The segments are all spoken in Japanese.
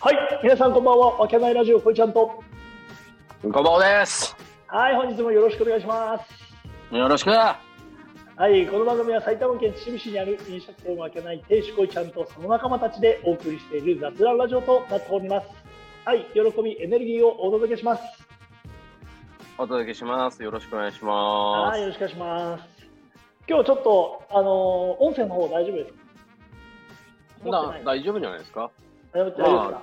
はい、皆さんこんばんは。わけないラジオこいちゃんと。ごぼうです。はい、本日もよろしくお願いします。よろしく。ははい、この番組は埼玉県秩父市にある飲食店を開けない亭主こいちゃんとその仲間たちでお送りしている雑談ラジオとなっております。はい、喜び、エネルギーをお届けします。お届けします。よろしくお願いしまはい、よろしくお願いします。今日ちょっと、あのー音声の方大丈夫ですかす。な大丈夫じゃないですか。大丈夫大丈夫ですか、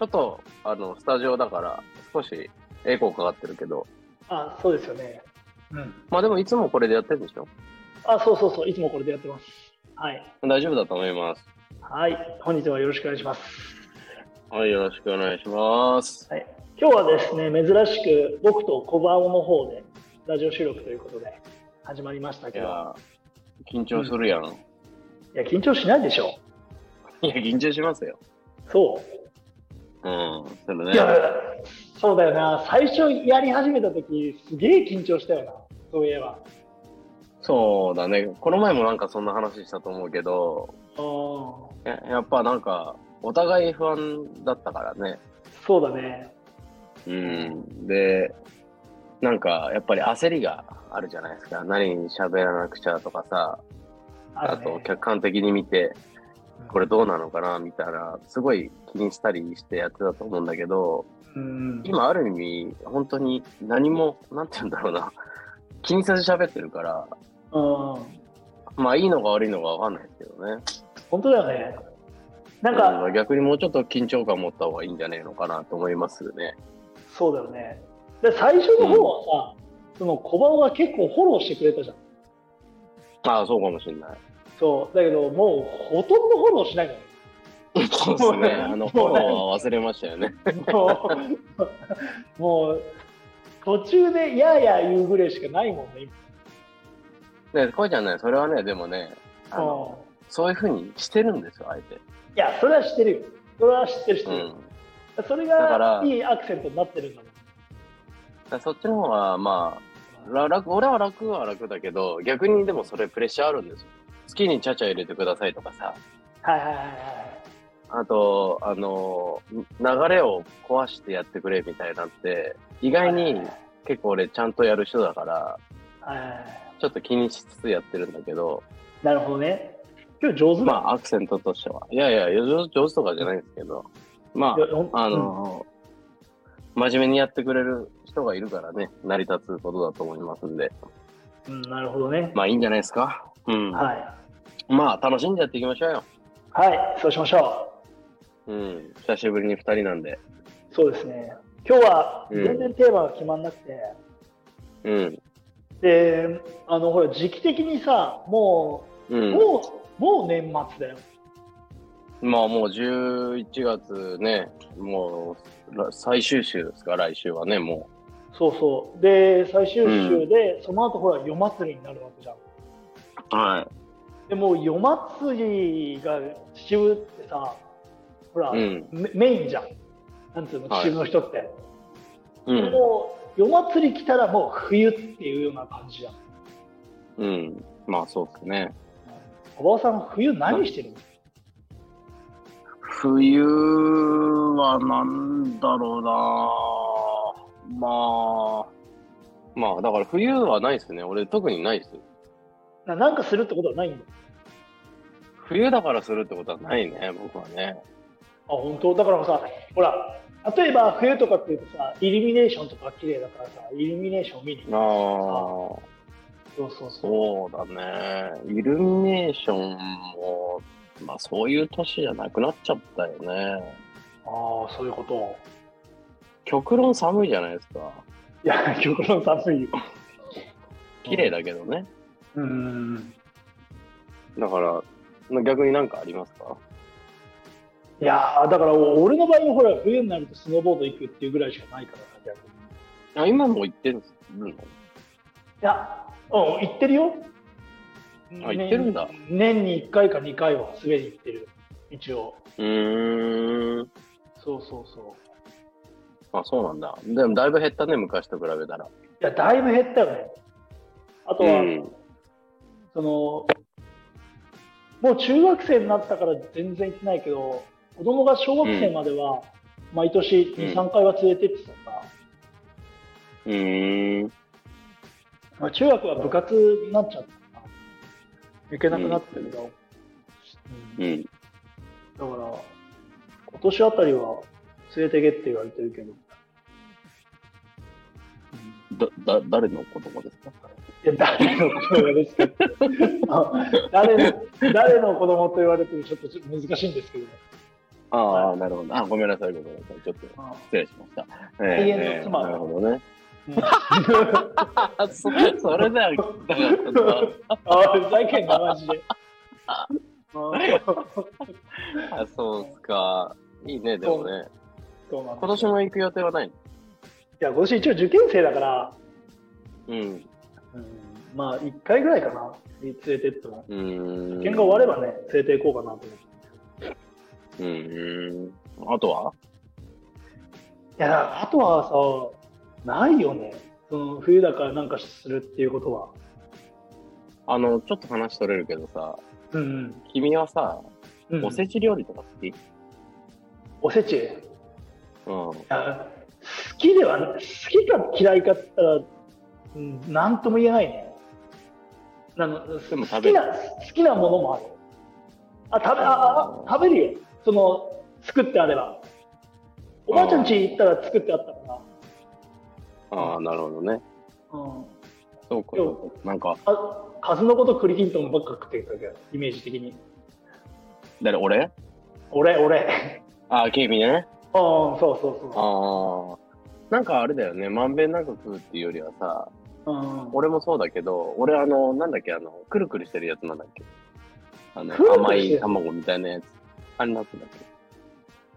ちょっとあのスタジオだから少しエコーかかってるけど、あ、そうですよね。うん。まあでもいつもこれでやってるんでしょ。あ、そうそうそう、いつもこれでやってます。はい。大丈夫だと思います。はい、本日はよろしくお願いします。はい、よろしくお願いします。はい、今日はですね、珍しく僕と小バオの方でラジオ収録ということで始まりましたいけど、いややー、緊張するやん。緊張しないでしょ。いや、緊張しますよ。そうん、それう。ね。いや、そうだよな。最初やり始めた時、すげえ緊張したよな。そういえば。そうだね。この前もなんかそんな話したと思うけど、うん。そややっぱなんかお互い不安だったからね。うだね。うん、で、なんかやっぱり焦りがあるじゃないですか。何に喋らなくちゃとかさ、ああるねと客観的に見て、これどうなのかなみたいな、すごい気にしたりしてやってたと思うんだけど、うん。今ある意味、本当に何も、なんて言うんだろうな、気にせず喋ってるから、うん。まあいいのか悪いのかわかんないですけどね。本当だよね。なんうんか、逆にもうちょっと緊張感持った方がいいんじゃねえのかなと思いますね。そうだよね。で、最初の方はさ、その小バオが結構フォローしてくれたじゃん。ああ、そうかもしれ ない。そう、だけど、もうほとんどフォローしないのよ。そうですね。あの、フォローは忘れましたよね。もう、もう途中でやーやー言うぐらいしかないもんね、今ね、こうちゃんね、それはね、でもね、あのうそういうふうにしてるんですよ、あえて。んいや、それは知ってるよ。それは知ってる、知っうてる。ん。それだかがらいいアクセントになってるんだもん。そっちの方が、まあ、ら楽、俺は楽は楽だけど、逆にでもそれプレッシャーあるんですよ。好きにちゃちゃ入れてくださいとかさ、はいはいはいはい。あと、あの、流れを壊してやってくれみたいなんて、意外に結構俺ちゃんとやる人だから、はいはいはいちょっと気にしつつやってるんだけど、なるほどね。今日上手だ。まあ、アクセントとしては。いやいや、上上手とかじゃないんですけど、まあい、やほんあの、真面目にやってくれる人がいるからね、成り立つことだと思いますんで、うん、うんなるほどね。まあいいんじゃないですか。うん。はまあ楽しんでやっていきましょうよ。い。はい、そうしましょうん。久しぶりに2人なんで。う。そうですね。今日はうん全然テーマが決まんなくて。うん。であのほら時期的にさもうう、ん。もうもう年末だよまあもう11月ね、もうら最終週ですか、来週はね、もそうそうで最終週で、その後ほら夜祭りになるわけじゃんう。はでもう夜祭りが秩父ってさほら、うんメメインじゃんなんつうのはい秩父の人って、い。うん。もう夜祭り来たらもう冬っていうような感じじゃんうん。まあそうですね。おばあさん冬何してるの、冬はなんだろうなまあまあだから冬はないですね俺特にないですななんかするってことはないんだあ冬だからするってことはないね僕はね本当だからさほら例えば冬とかっていうとさイルミネーションとか綺麗だからさイルミネーション見に行くああそうそうそう。そうだねイルミネーションもまあそういう年じゃなくなっちゃったよねああ、そういうこと。極論寒いじゃないですかいや、 極論寒いよ。綺麗だけどねうん。だから逆になんかありますかいやー、だから俺の場合もほら、冬になるとスノーボード行くっていうぐらいしかないからな、逆に。いあ今も行ってるのや、うん、行ってるよ。あ行ってるんだ年年に1回か2回は滑り行ってる。一応。うーんそうそうそう。あ、そうなんだ。でもだいぶ減ったね、昔と比べたら。いや、だいぶ減ったよね。あとは、その、もう中学生になったから全然行ってないけど、子供が小学生までは、毎年2、3回は連れてってたから、うーん。まあ、中学は部活になっちゃったから、行けなくなったけど、うんうん。だから、今年あたりは連れてけって言われてるけど、いだ、だ、誰の子供ですかや、誰の子供ですか誰の、誰の子供と言われてもちょっと難しいんですけど、ああ、なるほど。あ、ごめんなさい、ごめんなさい。ちょっと失礼しました。永遠の妻なるほどね。うんあ、そ、それだよ。だからああ、ふざけんな、マジで。さあ、そうっすか。いいね、でもね。そうなん今です年も行く予定はないいや、今年一応受験生だから、のうん。うん、まあ、1回ぐらいかな、連れてっても。うーん。受験が終わればね、連れて行こうかなと思って。うーん。あとはいや、あとはさ、ないよね。その冬だからなんかするっていうことは。あの、ちょっと話取れるけどさ、うん君はさ、うん。おせち料理とか好きおせち。いうん。や好きではな好きか嫌いかって言ったら、うん、なんとも言えないね。あの好でも食きべるな好きなものもある。あ食べああ食べるよ。その作ってあれば。おばあちゃん家行ったら作ってあったかああ、なるほどね。ら。うん。そうか、そうか。なんか、あ数の子と栗きんとんばっか食ってたけど、イメージ的に。誰、俺俺、俺。 ああ、君ね。ああ、そうそうそああ。なんかあれだよね、まんべんなく食うっていうよりはさ、う。うん、俺もそうだけど、俺あの、なんだっけ、あの、くるくるしてるやつなんだっけ。あのくる、くる甘してるい卵みたいなやつ。あれなんつうんだっけ。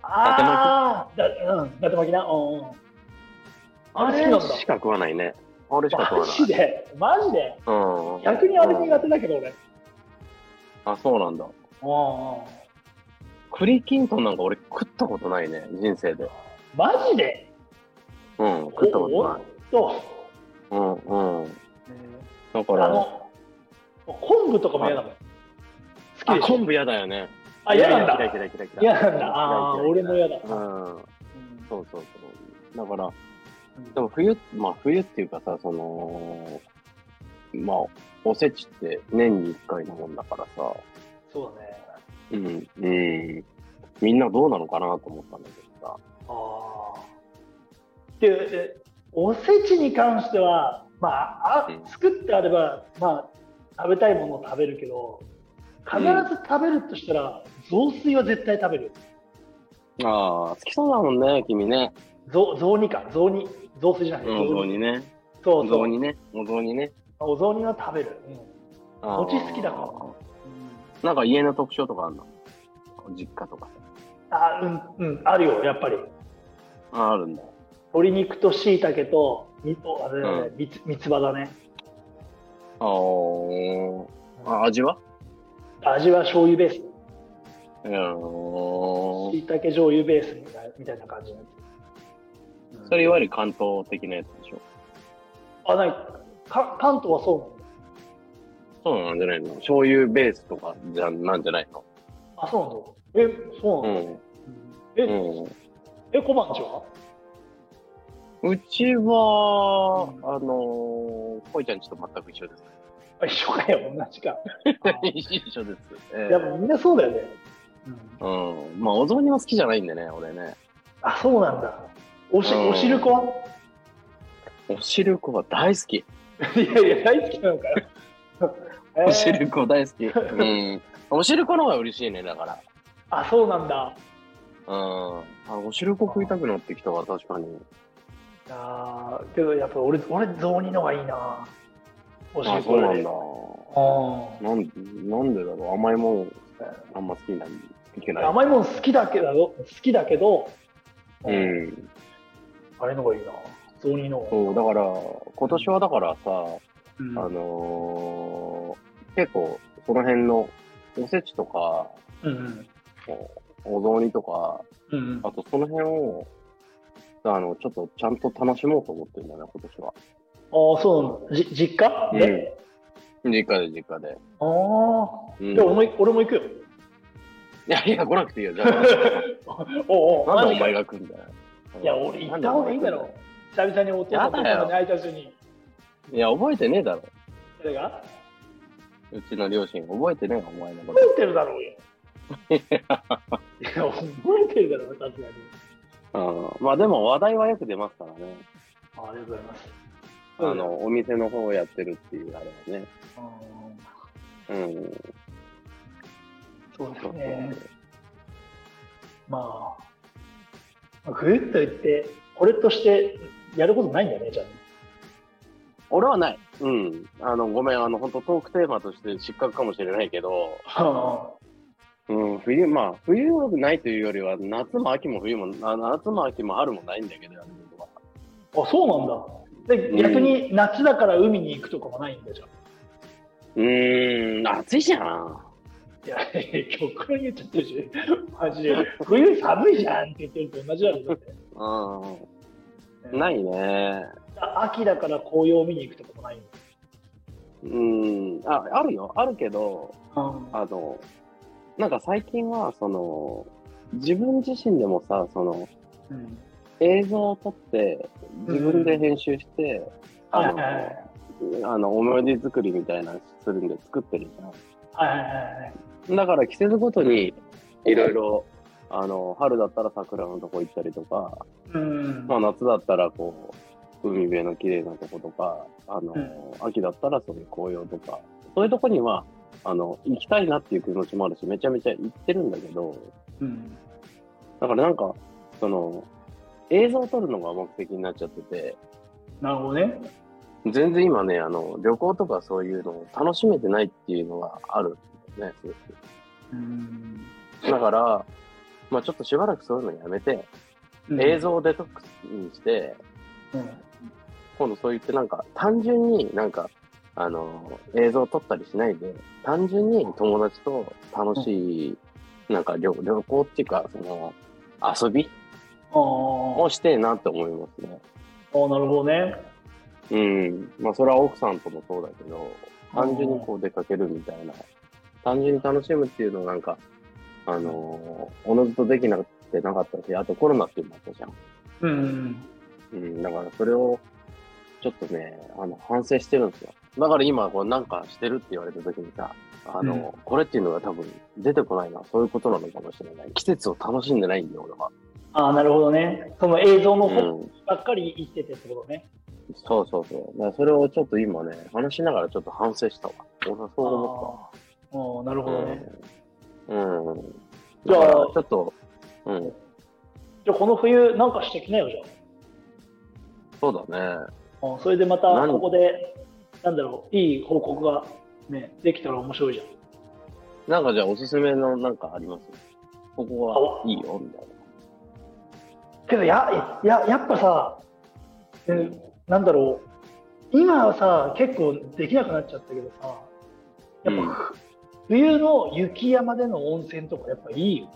ああ、だ、うん、伊達巻きな。うんうん。あれ好きなんだしか食わないね。あれしか食わマない。ジで、マジで。うん。逆にあれ苦手だけど、俺。あ、そうなんだ。うんうん。栗きんとんなんか俺食ったことないね、人生で。マジで。うん、食ったことない。と、うん、うん。だかあら、の。昆布とかも嫌だもん。好きあ、でしょ昆布嫌だよね。あ、嫌なん嫌いだ。嫌い嫌い嫌い。嫌なんだ。ああー、嫌い嫌俺いも嫌い嫌だ。うん、そうそうそう。だから、うんでも冬、まあ冬っていうかさ、その、まあ、おせちって年に一回のもんだからさ、そうだね。うん、うん。みんなどうなのかなと思ったんだけどさ。ああ。で、えおせちに関しては、まあ、あうん作ってあれば、まあ、食べたいものを食べるけど、必ず食べるとしたら、雑炊は絶対食べる。ああ、好きそうだもんね、君ね。雑雑煮か、雑煮。雑炊じゃない。お雑煮ね。そおうそ雑う。煮ね。お雑煮ね。お雑煮は食べる。うんあー餅好きだからなんか家の特徴とかあるの実家とかあ、うん、うん、あるよ、やっぱり。ああるんだ。鶏肉と椎茸と、みとあれだねうみつ三つ葉だね。あーあ、味は味は醤油ベース。うん。そ椎茸醤油ベースみたいみたいな感じになってるれいわゆる関東的なやつでしょ。あ、ない。か関東はそうなんだ。そうなんじゃないの醤油ベースとかじゃなんじゃないのあ、そうなんだ。え、そううなんだ。ん。え、うんえ、小判ちはううちは、んあのー、こいちゃんちと全く一緒です。あ一緒かよ、同じか。あ 一緒です。ええやっぱみんなそうだよね。うん、うん。まあ、お雑煮は好きじゃないんでね、俺ね。あ、そうなんだ。おし、うんお汁粉は お汁粉は大好き。いやいや、大好きなのかよ。えー お汁粉大好き。うん。お汁粉の方が嬉しいね、だから。あ、そうなんだ。うん。あ、お汁粉食いたくなってきたわ、確かに。あーけどやっぱ俺、俺、雑煮のがいいな。おあ、汁そ粉うなよんりだ。あなん、なんでだろう。甘いもん、あんま好きになんいけない。ー甘いもん好きだけど、好きだけど、うん。あれのがいいな。雑煮のが。そう、だから、今年はだからさ、うんあのー結構、その辺のおせちとか、うんお雑煮とか、うん。うんうんあとその辺を、あの、ちょっとちゃんと楽しもうと思ってるんだね、今年は。ああ、そうなの。じ実家うんね。実家で実家で。ああ。うんで、俺も、俺も行くよ。いやいや、来なく ていいよ。じゃおうおうあ、なんマでジかお前が来んだよ。いや、俺行った方がいいだろ。久々にお父さんとお母さんに挨拶に。いや、覚えてねえだろ。誰がうちの両親、覚えてねえよ、お前のこ覚と。えてるだ ろうよ。いや、覚えてるだろう、さすがに。うん、まあでも話題はよく出ますからね。あありがとうございます。あの、お店の方をやってるっていうあれはね。うん、うん。そうでそすうね。まあ、ぐるっと言って、これとしてやることないんだよね、じゃあ。俺はない。うん。あの、ごめん、あの、本当トークテーマとして失格かもしれないけど、はうん、冬、まあ、冬はないというよりは、夏も秋も冬も、あ夏も秋も春もないんだけど、やることはあ、あそうなんだ。で、うん逆に夏だから海に行くとかもないんだじゃん。うーん、暑いじゃん。いや、極論言っちゃってるし、マジで。冬寒いじゃんって言ってると同じだろ、だって。うん。ないね。秋だから紅葉を見に行くとかもないんだうん。あ、あるよ。あるけど、ああの、なんか最近は、その、自分自身でもさ、その、うん映像を撮って、自分で編集して、はいはあいはいの、あの思い出作りみたいなのするんで作ってるじはいはいはいゃん。だから季節ごとに、いろいろ、あの、春だったら桜のとこ行ったりとか、うんまあ夏だったらこう、海辺の綺麗なとことか、あの、うん秋だったらそういう紅葉とか、そういうとこには、あの、行きたいなっていう気持ちもあるし、めちゃめちゃ行ってるんだけど、うんだからなんか、その、映像を撮るのが目的になっちゃってて、なるほどね。全然今ね、あの、旅行とかそういうのを楽しめてないっていうのがあるんだよね、すごうんくだから、まあちょっとしばらくそういうのやめて、映像をデトックスにして、うん今度そう言ってなんか、単純になんか、あの、映像を撮ったりしないで、単純に友達と楽しい、なんか旅旅行っていうか、その、遊びあをしてえなって思いますね。ああ、なるほどね。うん。まあ、それは奥さんともそうだけど、単純にこう出かけるみたいな、単純に楽しむっていうのをなんか、あのーおのずとできなくてなかったし、あとコロナっていうのもあったじゃん。うん。うん。だからそれを、ちょっとね、あの、反省してるんですよ。だから今、こうなんかしてるって言われた時にさ、あの、うんこれっていうのが多分出てこないな、そういうことなのかもしれない。季節を楽しんでないんだよ、俺は。ああ、なるほどね。その映像のう方ん。ばっかり言っててってことね。そうそうそう。だからそれをちょっと今ね、話しながらちょっと反省したわ。俺はそう思った。ああ、なるほどね。うん。うん。じゃあだからちょっと、うん、じゃあこの冬なんかしてきなよ、じゃそうだね。あ。うんそれでまたなんここで、なんだろう、いい報告が、ね、できたら面白いじゃん。なんかじゃあおすすめのなんかありますここはいいよ、みたいけどやややっぱさ、うん、なんだろう今はさ結構できなくなっちゃったけどさやっぱ、うん冬の雪山での温泉とかやっぱいいよ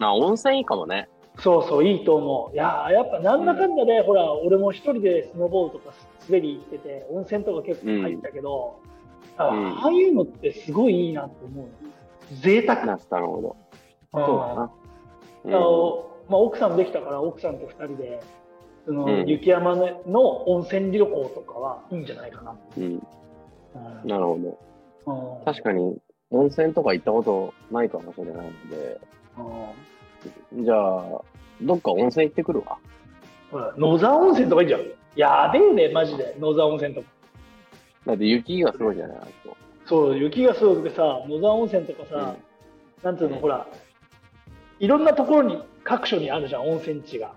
な。あ、温泉いいかもね。そうそういいと思ういやーやっぱなんだかんだで、ほら俺も一人でスノーボードとか滑り行ってて温泉とか結構入ったけど、あうんああいうのってすごいいいなと思う贅沢なな、なるほど。うんそうだあな。うんのまあ、奥さんもできたから奥さんと2人でその、うん雪山の温泉旅行とかはいいんじゃないかな、うん、うんなるほど。うん確かに、温泉とか行ったことないかもしれないので、うんじゃあ、どっか温泉行ってくるわ。ほら野沢温泉とかいいじゃんやべえねマジで野沢温泉とかだって雪がすごいじゃないあそこそう雪がすごくてさ野沢温泉とかさ、なんていうの、うんほらいろんなところに各所にあるじゃん温泉地が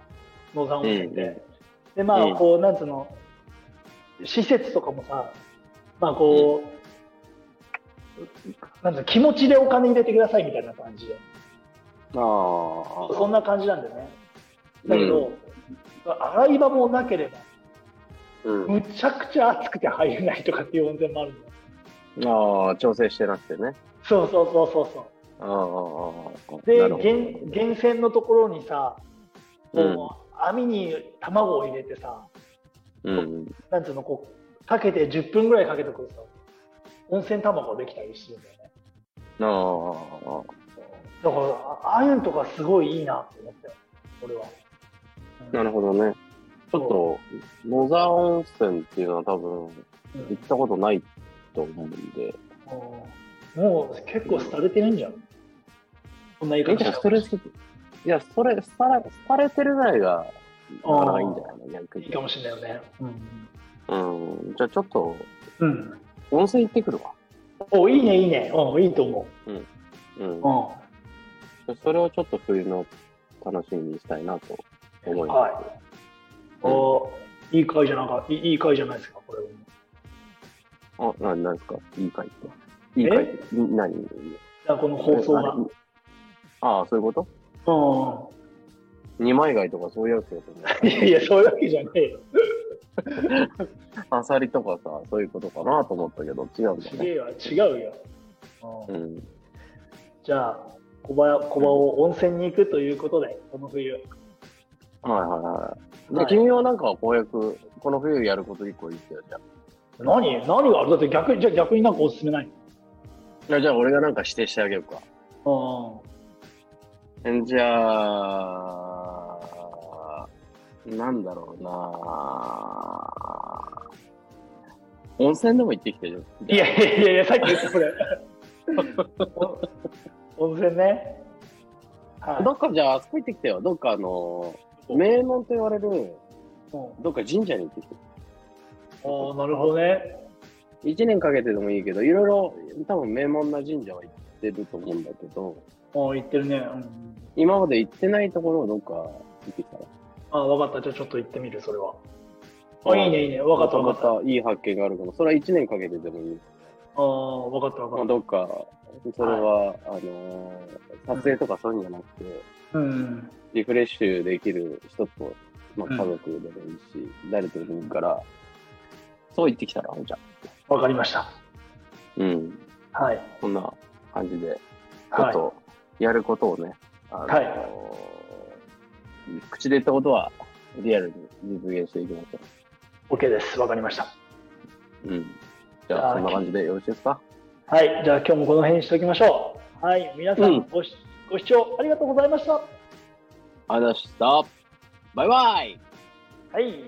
野沢温泉って、うんでまあうんこう、なんていうの施設とかもさまあこう、なんていうの気持ちでお金入れてくださいみたいな感じでああ。そんな感じなんだよねだけど、洗い場もなければうん。むちゃくちゃ暑くて入れないとかっていう温泉もあるんだよああ、調整してなくてね。そうそうそうそうそうああああ、ああ。でなるほど源源泉のところにさ、こううん網に卵を入れてさうん。なんていうのこうかけて10分ぐらいかけてくるさ温泉卵ができたりするんだよねああ。だから、あああいうのとかすごいいいなって思ったよ、俺は。うんなるほどね。ちょっと、野沢温泉っていうのは多分、うん行ったことないと思うんで、うんもう結構廃れてるんじゃん。こんな言いなん方かしスたトらレス、いや、それ、さら、されてるぐらいが、なかなかいいんじゃないの逆いいにか。もしれないよね。うん。うん。じゃあちょっと、うん、温泉行ってくるわ。おいいね、いいね。うん、いいと思うんう。。うそれをちょっと冬の楽しみにしたいなと思いん。まはい。おいい回じゃなんかいいいい回じゃないですか、これ。す。あ、な、なんですかいい回って。いい回って。ん何じゃあこの放送が。ああ、そういうことう二枚貝とかそういうやつやと思 ん。いやいや、そういうわけじゃねえよ。う。アサリとかさ、そういうことかなと思ったけど、違うんだ違ね。えわ、違うよ。う、うんん。じゃあ、小林小林を温泉に行くということで、この冬。はいはいはい。はでい君はなんか公約、この冬やること一個言ってよ、じゃあ。何何があるだって逆に、じゃあ逆になんかおすすめないじゃあ、じゃあ俺がなんか指定してあげようか。のじゃあ、なんだろうな温泉でも行ってきてる。うん。いやいやいやいや、さっき言ったこれ。 温泉ね。はい。どっかじゃあ、あそこ行ってきてよ。どっかあの、名門と言われる、うんどっか神社に行ってきて。ああ、なるほどね。一年かけてでもいいけど、いろいろ多分名門な神社は行ってると思うんだけど、うん、行ってるね。うん、今まで行ってないところをどっか行ってきたら。ああ、わかった。じゃあちょっと行ってみる、それは。あいいね、いいね。わかった、わまかった。あたいい発見があるから、それは一年かけてでもいい。あ、わかった、わまかあ、っどっか、それは、あのー撮影とかそういうんじゃなくて、た。うん。リフレッシュできる人と、まうんあ、家族でもいいし、誰とでもいいから、そう言ってきたら、じゃあわかりました。うん。はい。こんな感じで、ちょはっい。と、やることをね、あのー口で言ったことは、リアルに実現していきましょ OK です。わかりました。う。うん。じゃあ、そんな感じでよろしいですかはい。じゃあ今日もこの辺にしておきましょう。はい。皆さん、うんごしご視聴ありがとうございました。はありがとうございました。バイバイい。